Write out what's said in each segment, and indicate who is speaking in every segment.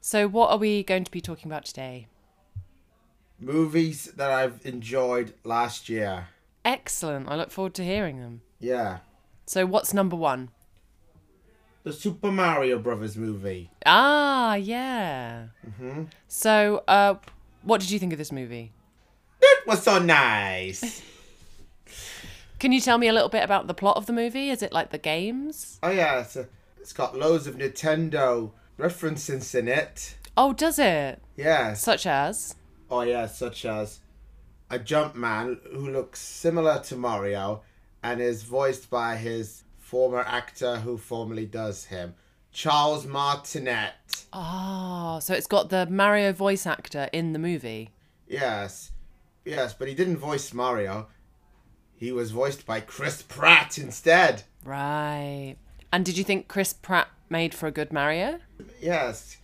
Speaker 1: So, what are we going to be talking about today?
Speaker 2: Movies that I've enjoyed last year.
Speaker 1: Excellent. I look forward to hearing them.
Speaker 2: Yeah.
Speaker 1: So, what's number one?
Speaker 2: The Super Mario Brothers movie.
Speaker 1: Ah, yeah. So, uh, what did you think of this movie?
Speaker 2: It was so nice.
Speaker 1: Can you tell me a little bit about the plot of the movie? Is it like the games?
Speaker 2: oh, yeah. It's, a, it's got loads of Nintendo references in it.
Speaker 1: Oh, does it?
Speaker 2: Yes.
Speaker 1: Such as?
Speaker 2: Oh, yeah, such as a jump man who looks similar to Mario and is voiced by his former actor who formerly does him, Charles Martinet.
Speaker 1: Ah, so it's got the Mario voice actor in the movie.
Speaker 2: Yes. Yes, but he didn't voice Mario. He was voiced by Chris Pratt instead.
Speaker 1: Right. And did you think Chris Pratt made for a good Mario?
Speaker 2: Yes,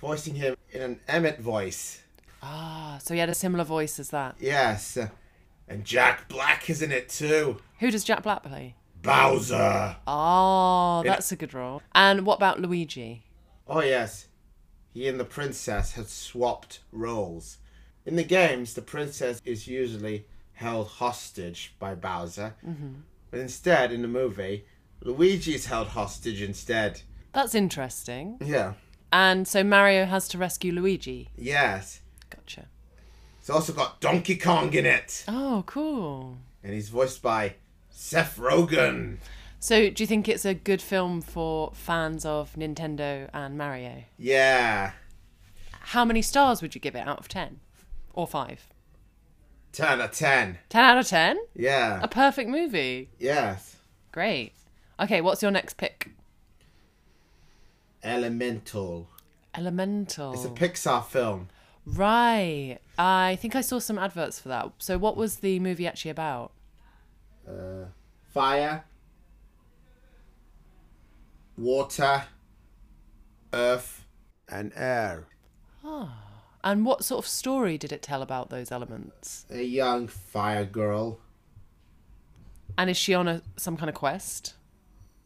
Speaker 2: voicing him in an Emmett voice.
Speaker 1: Ah, so he had a similar voice as that.
Speaker 2: Yes. And Jack Black is in it too.
Speaker 1: Who does Jack Black play?
Speaker 2: Bowser.
Speaker 1: Oh, that's a good role. And what about Luigi?
Speaker 2: Oh, yes. He and the princess had swapped roles. In the games, the princess is usually held hostage by Bowser. But instead, in the movie, Luigi is held hostage instead.
Speaker 1: That's interesting.
Speaker 2: Yeah.
Speaker 1: And so Mario has to rescue Luigi.
Speaker 2: Yes.
Speaker 1: Gotcha.
Speaker 2: It's also got Donkey Kong in it.
Speaker 1: Oh, cool.
Speaker 2: And he's voiced by Seth Rogen.
Speaker 1: So, do you think it's a good film for fans of Nintendo and Mario?
Speaker 2: Yeah.
Speaker 1: How many stars would you give it out of 10? Or 5?
Speaker 2: 10 out of 10.
Speaker 1: 10 out of 10?
Speaker 2: Yeah.
Speaker 1: A perfect movie.
Speaker 2: Yes.
Speaker 1: Great. Okay, what's your next pick?
Speaker 2: Elemental.
Speaker 1: Elemental.
Speaker 2: It's a Pixar film.
Speaker 1: right. I think I saw some adverts for that. So, what was the movie actually about?
Speaker 2: Fire. Water. Earth. And air.
Speaker 1: And what sort of story did it tell about those elements?
Speaker 2: A young fire girl.
Speaker 1: And is she on a some kind of quest?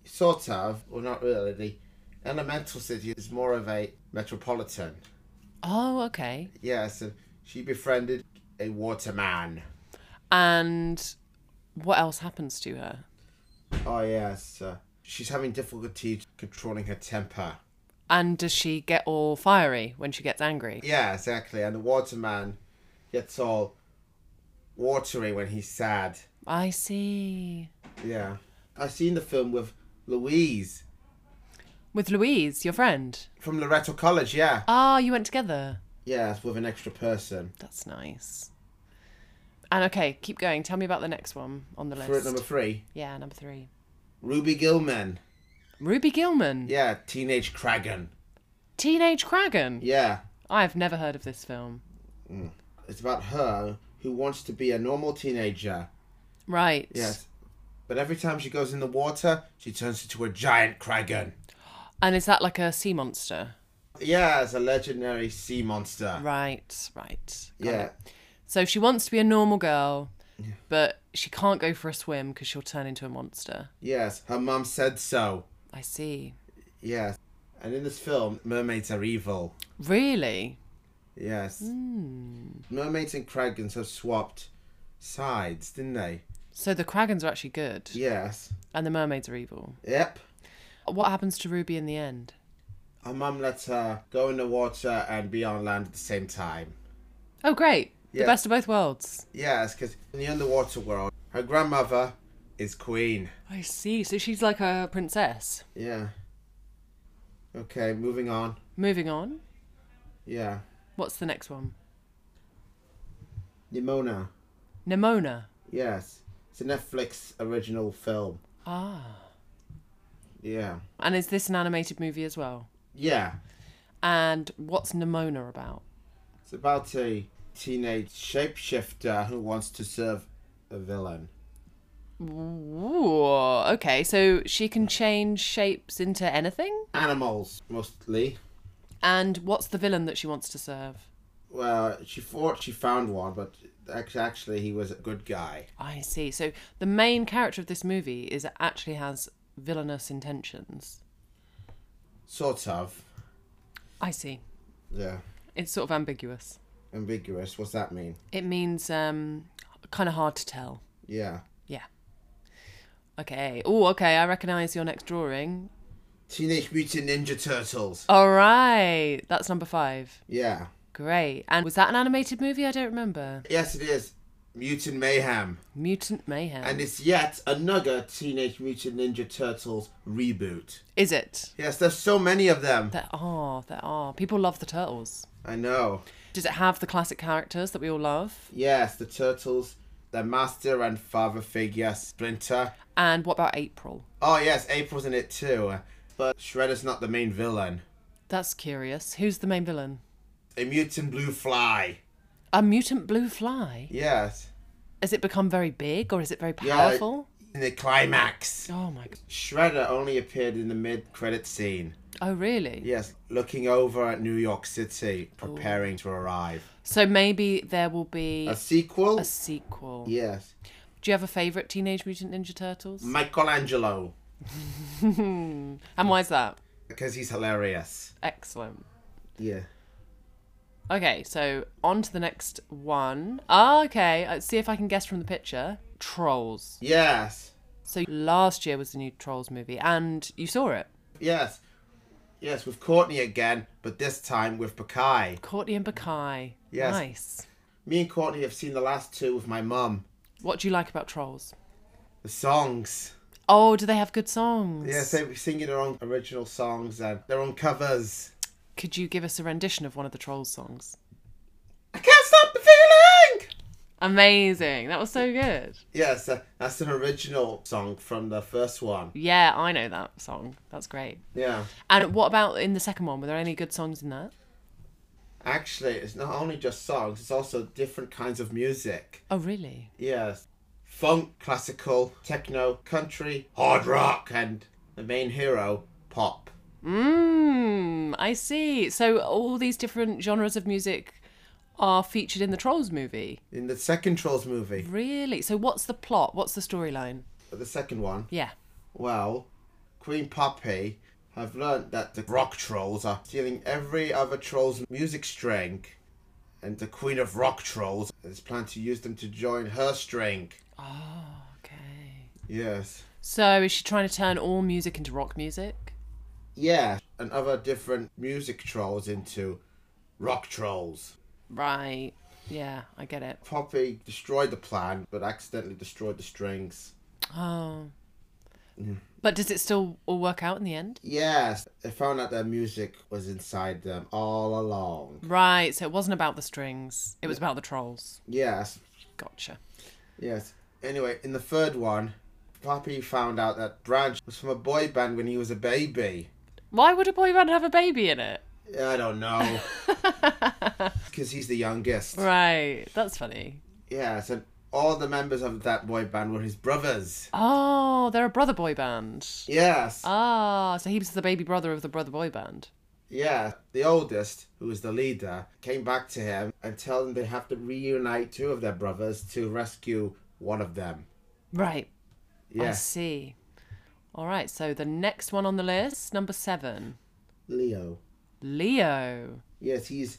Speaker 2: Sort of. Well, not really. The elemental city is more of a metropolitan.
Speaker 1: Oh, okay.
Speaker 2: Yes. And she befriended a waterman.
Speaker 1: And what else happens to her?
Speaker 2: Oh yes, uh, she's having difficulty controlling her temper.
Speaker 1: And does she get all fiery when she gets angry?
Speaker 2: Yeah, exactly. And the waterman gets all watery when he's sad.
Speaker 1: I see.
Speaker 2: Yeah, I've seen the film with Louise
Speaker 1: With Louise, your friend.
Speaker 2: from Loretto College. Yeah,
Speaker 1: Ah, you went together.
Speaker 2: yes, with an extra person.
Speaker 1: That's nice. And okay, keep going. Tell me about the next one on the
Speaker 2: For at
Speaker 1: list.
Speaker 2: number three,
Speaker 1: yeah, number three.
Speaker 2: Ruby Gilman.
Speaker 1: Ruby Gilman.
Speaker 2: Yeah, teenage Kragan.
Speaker 1: Teenage Kraken.
Speaker 2: Yeah,
Speaker 1: I've never heard of this film.
Speaker 2: it's about her who wants to be a normal teenager.
Speaker 1: Right.
Speaker 2: Yes, but every time she goes in the water, she turns into a giant Kragan.
Speaker 1: And is that like a sea monster?
Speaker 2: Yeah, it's a legendary sea monster.
Speaker 1: Right, right. Got
Speaker 2: Yeah,
Speaker 1: it. So she wants to be a normal girl, but she can't go for a swim because she'll turn into a monster.
Speaker 2: yes, her mum said so.
Speaker 1: I see.
Speaker 2: Yes. And in this film, mermaids are evil.
Speaker 1: Really?
Speaker 2: Yes. Mermaids and Kragans have swapped sides, didn't they?
Speaker 1: So the Kragans are actually good,
Speaker 2: Yes.
Speaker 1: and the mermaids are evil.
Speaker 2: Yep.
Speaker 1: What happens to Ruby in the end?
Speaker 2: Her mum lets her go in the water and be on land at the same time.
Speaker 1: Oh, great. The
Speaker 2: Yeah.
Speaker 1: best of both worlds.
Speaker 2: Yes, because in the underwater world, her grandmother is queen.
Speaker 1: I see. So she's like a princess.
Speaker 2: Yeah. Okay, moving on.
Speaker 1: Moving on.
Speaker 2: Yeah.
Speaker 1: What's the next one?
Speaker 2: Nimona.
Speaker 1: Nimona.
Speaker 2: Yes. It's a Netflix original film.
Speaker 1: Ah.
Speaker 2: Yeah.
Speaker 1: And is this an animated movie as well?
Speaker 2: Yeah.
Speaker 1: And what's Nimona about?
Speaker 2: It's about a teenage shapeshifter who wants to serve a villain.
Speaker 1: Ooh, okay. So she can change shapes into anything?
Speaker 2: Animals, mostly.
Speaker 1: And what's the villain that she wants to serve?
Speaker 2: Well, she thought she found one, but act- actually, he was a good guy.
Speaker 1: I see. So the main character of this movie is actually has villainous intentions.
Speaker 2: Sort of.
Speaker 1: I see.
Speaker 2: Yeah.
Speaker 1: It's sort of ambiguous.
Speaker 2: Ambiguous. What's that mean?
Speaker 1: It means um, kind of hard to tell.
Speaker 2: Yeah.
Speaker 1: Yeah. Okay. Oh, okay. I recognise your next drawing.
Speaker 2: Teenage Mutant Ninja Turtles.
Speaker 1: All right. That's number five.
Speaker 2: Yeah.
Speaker 1: Great. And was that an animated movie? I don't remember.
Speaker 2: Yes, it is. Mutant Mayhem.
Speaker 1: Mutant Mayhem.
Speaker 2: And it's yet another Teenage Mutant Ninja Turtles reboot.
Speaker 1: Is it?
Speaker 2: Yes, there's so many of them.
Speaker 1: There are. There are. People love the turtles.
Speaker 2: I know.
Speaker 1: Does it have the classic characters that we all love?
Speaker 2: Yes, the turtles, their master and father figure, Splinter.
Speaker 1: And what about April?
Speaker 2: Oh, yes, April's in it too. But Shredder's not the main villain.
Speaker 1: That's curious. Who's the main villain?
Speaker 2: A mutant blue fly.
Speaker 1: A mutant blue fly?
Speaker 2: Yes.
Speaker 1: Has it become very big or is it very
Speaker 2: Yeah, it-
Speaker 1: powerful?
Speaker 2: In the climax.
Speaker 1: Oh my god.
Speaker 2: Shredder only appeared in the mid credit scene.
Speaker 1: Oh really?
Speaker 2: Yes, looking over at New York City, preparing to arrive.
Speaker 1: So maybe there will be
Speaker 2: A sequel?
Speaker 1: a sequel.
Speaker 2: Yes.
Speaker 1: Do you have a favorite Teenage Mutant Ninja Turtles?
Speaker 2: Mm. Michelangelo,
Speaker 1: And why is that?
Speaker 2: because he's hilarious.
Speaker 1: Excellent.
Speaker 2: Yeah.
Speaker 1: Okay, so on to the next one. Ah, okay, let's see if I can guess from the picture. Trolls.
Speaker 2: Yes.
Speaker 1: So last year was the new Trolls movie, and you saw it.
Speaker 2: Yes. Yes, with Courtney again, but this time with Bakai.
Speaker 1: Courtney and Bakai.
Speaker 2: Yes.
Speaker 1: Nice.
Speaker 2: Me and Courtney have seen the last two with my mum.
Speaker 1: What do you like about Trolls?
Speaker 2: The songs.
Speaker 1: Oh, do they have good songs?
Speaker 2: Yes, they were singing their own original songs and their own covers.
Speaker 1: Could you give us a rendition of one of the Trolls songs?
Speaker 2: I can't stop the feeling!
Speaker 1: Amazing. That was so good.
Speaker 2: Yes, uh, that's an original song from the first one.
Speaker 1: Yeah, I know that song. That's great.
Speaker 2: Yeah.
Speaker 1: And what about in the second one? Were there any good songs in that?
Speaker 2: Actually, it's not only just songs, it's also different kinds of music.
Speaker 1: Oh, really?
Speaker 2: Yes. Funk, classical, techno, country, hard rock, and the main hero, pop.
Speaker 1: Mmm, I see. So all these different genres of music are featured in the Trolls movie.
Speaker 2: In the second Trolls movie,
Speaker 1: Really? So what's the plot? What's the storyline?
Speaker 2: the second one,
Speaker 1: Yeah.
Speaker 2: well, Queen Poppy have learnt that the rock trolls are stealing every other troll's music string, and the Queen of Rock Trolls is planning to use them to join her string.
Speaker 1: Oh, okay.
Speaker 2: Yes.
Speaker 1: So is she trying to turn all music into rock music?
Speaker 2: Yeah, and other different music trolls into rock trolls.
Speaker 1: Right. Yeah, I get it.
Speaker 2: Poppy destroyed the plan, but accidentally destroyed the strings.
Speaker 1: Oh. But does it still all work out in the end?
Speaker 2: Yes, they found out their music was inside them all along.
Speaker 1: Right, so it wasn't about the strings. It was about the trolls.
Speaker 2: Yes,
Speaker 1: Gotcha.
Speaker 2: yes. Anyway, in the third one, Poppy found out that Branch was from a boy band when he was a baby.
Speaker 1: Why would a boy band have a baby in it?
Speaker 2: I don't know, because he's the youngest.
Speaker 1: right, that's funny.
Speaker 2: Yes, and all the members of that boy band were his brothers.
Speaker 1: Oh, they're a brother boy band.
Speaker 2: Yes,
Speaker 1: Ah, so he was the baby brother of the brother boy band.
Speaker 2: yeah. The oldest, who was the leader, came back to him and told him they have to reunite two of their brothers to rescue one of them.
Speaker 1: Right, I
Speaker 2: Yes,
Speaker 1: see. All right, so the next one on the list, number seven,
Speaker 2: Leo.
Speaker 1: Leo.
Speaker 2: Yes, he's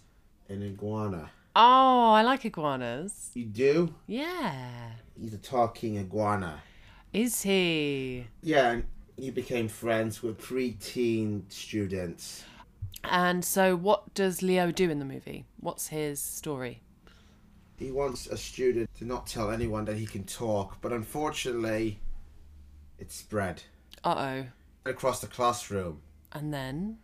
Speaker 2: an iguana.
Speaker 1: Oh, I like iguanas.
Speaker 2: You do?
Speaker 1: Yeah.
Speaker 2: He's a talking iguana.
Speaker 1: Is he?
Speaker 2: Yeah, and he became friends with pre-teen students.
Speaker 1: And so, what does Leo do in the movie? What's his story?
Speaker 2: He wants a student to not tell anyone that he can talk, but unfortunately, it spread
Speaker 1: Uh oh.
Speaker 2: across the classroom.
Speaker 1: And then?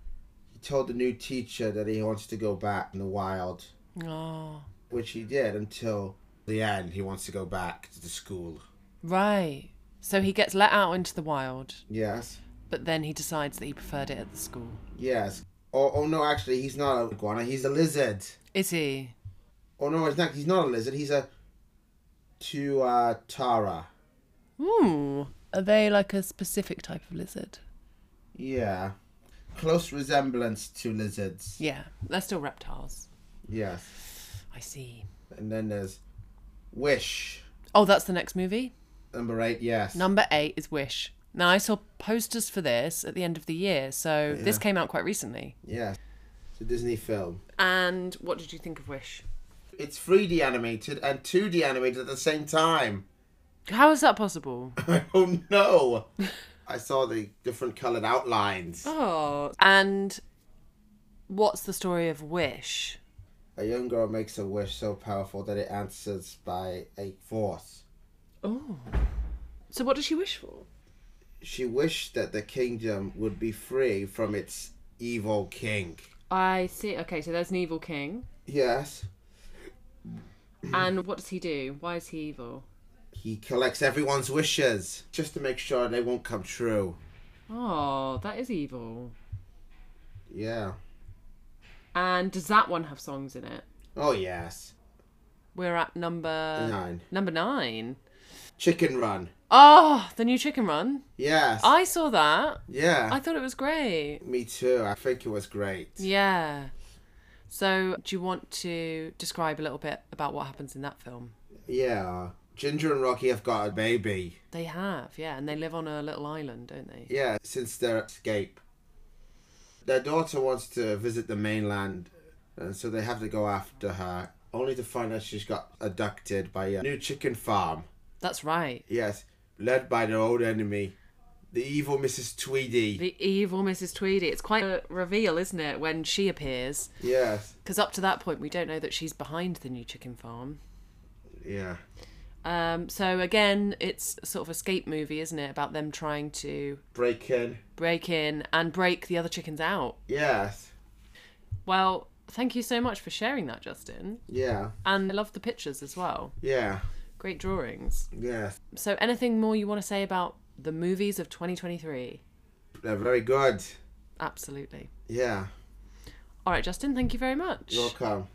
Speaker 2: He told the new teacher that he wants to go back in the wild,
Speaker 1: Oh,
Speaker 2: which he did until the end. He wants to go back to the school.
Speaker 1: right. So he gets let out into the wild,
Speaker 2: Yes.
Speaker 1: but then he decides that he preferred it at the school.
Speaker 2: Yes. Oh, oh no, actually, he's not an iguana. He's a lizard.
Speaker 1: Is he?
Speaker 2: Oh no, it's not. He's not a lizard. He's a tuatara.
Speaker 1: Hmm. Are they like a specific type of lizard?
Speaker 2: Yeah, close resemblance to lizards.
Speaker 1: Yeah, they're still reptiles.
Speaker 2: Yes,
Speaker 1: I see.
Speaker 2: and then there's wish
Speaker 1: Oh, that's the next movie.
Speaker 2: number eight. Yes.
Speaker 1: Number eight is Wish. Now, I saw posters for this at the end of the year, so this
Speaker 2: Yeah.
Speaker 1: came out quite recently.
Speaker 2: Yes. So the Disney film.
Speaker 1: And what did you think of Wish?
Speaker 2: It's 3D animated and 2D animated at the same time.
Speaker 1: How is that possible?
Speaker 2: oh no! I saw the different coloured outlines.
Speaker 1: Oh. And what's the story of Wish?
Speaker 2: A young girl makes a wish so powerful that it answers by a force.
Speaker 1: Oh. So what does she wish for?
Speaker 2: She wished that the kingdom would be free from its evil king.
Speaker 1: I see. Okay, so there's an evil king.
Speaker 2: Yes,
Speaker 1: And what does he do? Why is he evil?
Speaker 2: he collects everyone's wishes just to make sure they won't come true.
Speaker 1: Oh, that is evil.
Speaker 2: Yeah.
Speaker 1: And does that one have songs in it?
Speaker 2: Oh, yes.
Speaker 1: We're at number
Speaker 2: Nine.
Speaker 1: number nine.
Speaker 2: Chicken Run.
Speaker 1: Oh, the new Chicken Run.
Speaker 2: Yes.
Speaker 1: I saw that.
Speaker 2: yeah.
Speaker 1: I thought it was great.
Speaker 2: Me too. I think it was great.
Speaker 1: Yeah. So, do you want to describe a little bit about what happens in that film?
Speaker 2: Yeah. Ginger and Rocky have got a baby.
Speaker 1: They have, yeah, and they live on a little island, don't they?
Speaker 2: Yeah, since their escape. Their daughter wants to visit the mainland, and so they have to go after her, only to find out she's got abducted by a new chicken farm.
Speaker 1: That's right.
Speaker 2: Yes, led by their old enemy, the evil Mrs. Tweedy.
Speaker 1: The evil Mrs. Tweedy. It's quite a reveal, isn't it, when she appears?
Speaker 2: yes,
Speaker 1: Because up to that point, we don't know that she's behind the new chicken farm.
Speaker 2: yeah.
Speaker 1: Um, so again, it's sort of escape movie, isn't it? About them trying to
Speaker 2: Break in.
Speaker 1: break in and break the other chickens out.
Speaker 2: Yes,
Speaker 1: Well, thank you so much for sharing that, Justin.
Speaker 2: yeah,
Speaker 1: And I love the pictures as well.
Speaker 2: yeah,
Speaker 1: Great drawings.
Speaker 2: yes.
Speaker 1: So, anything more you want to say about the movies of 2023?
Speaker 2: They're very good.
Speaker 1: Absolutely.
Speaker 2: Yeah,
Speaker 1: All right, Justin, thank you very much.
Speaker 2: welcome.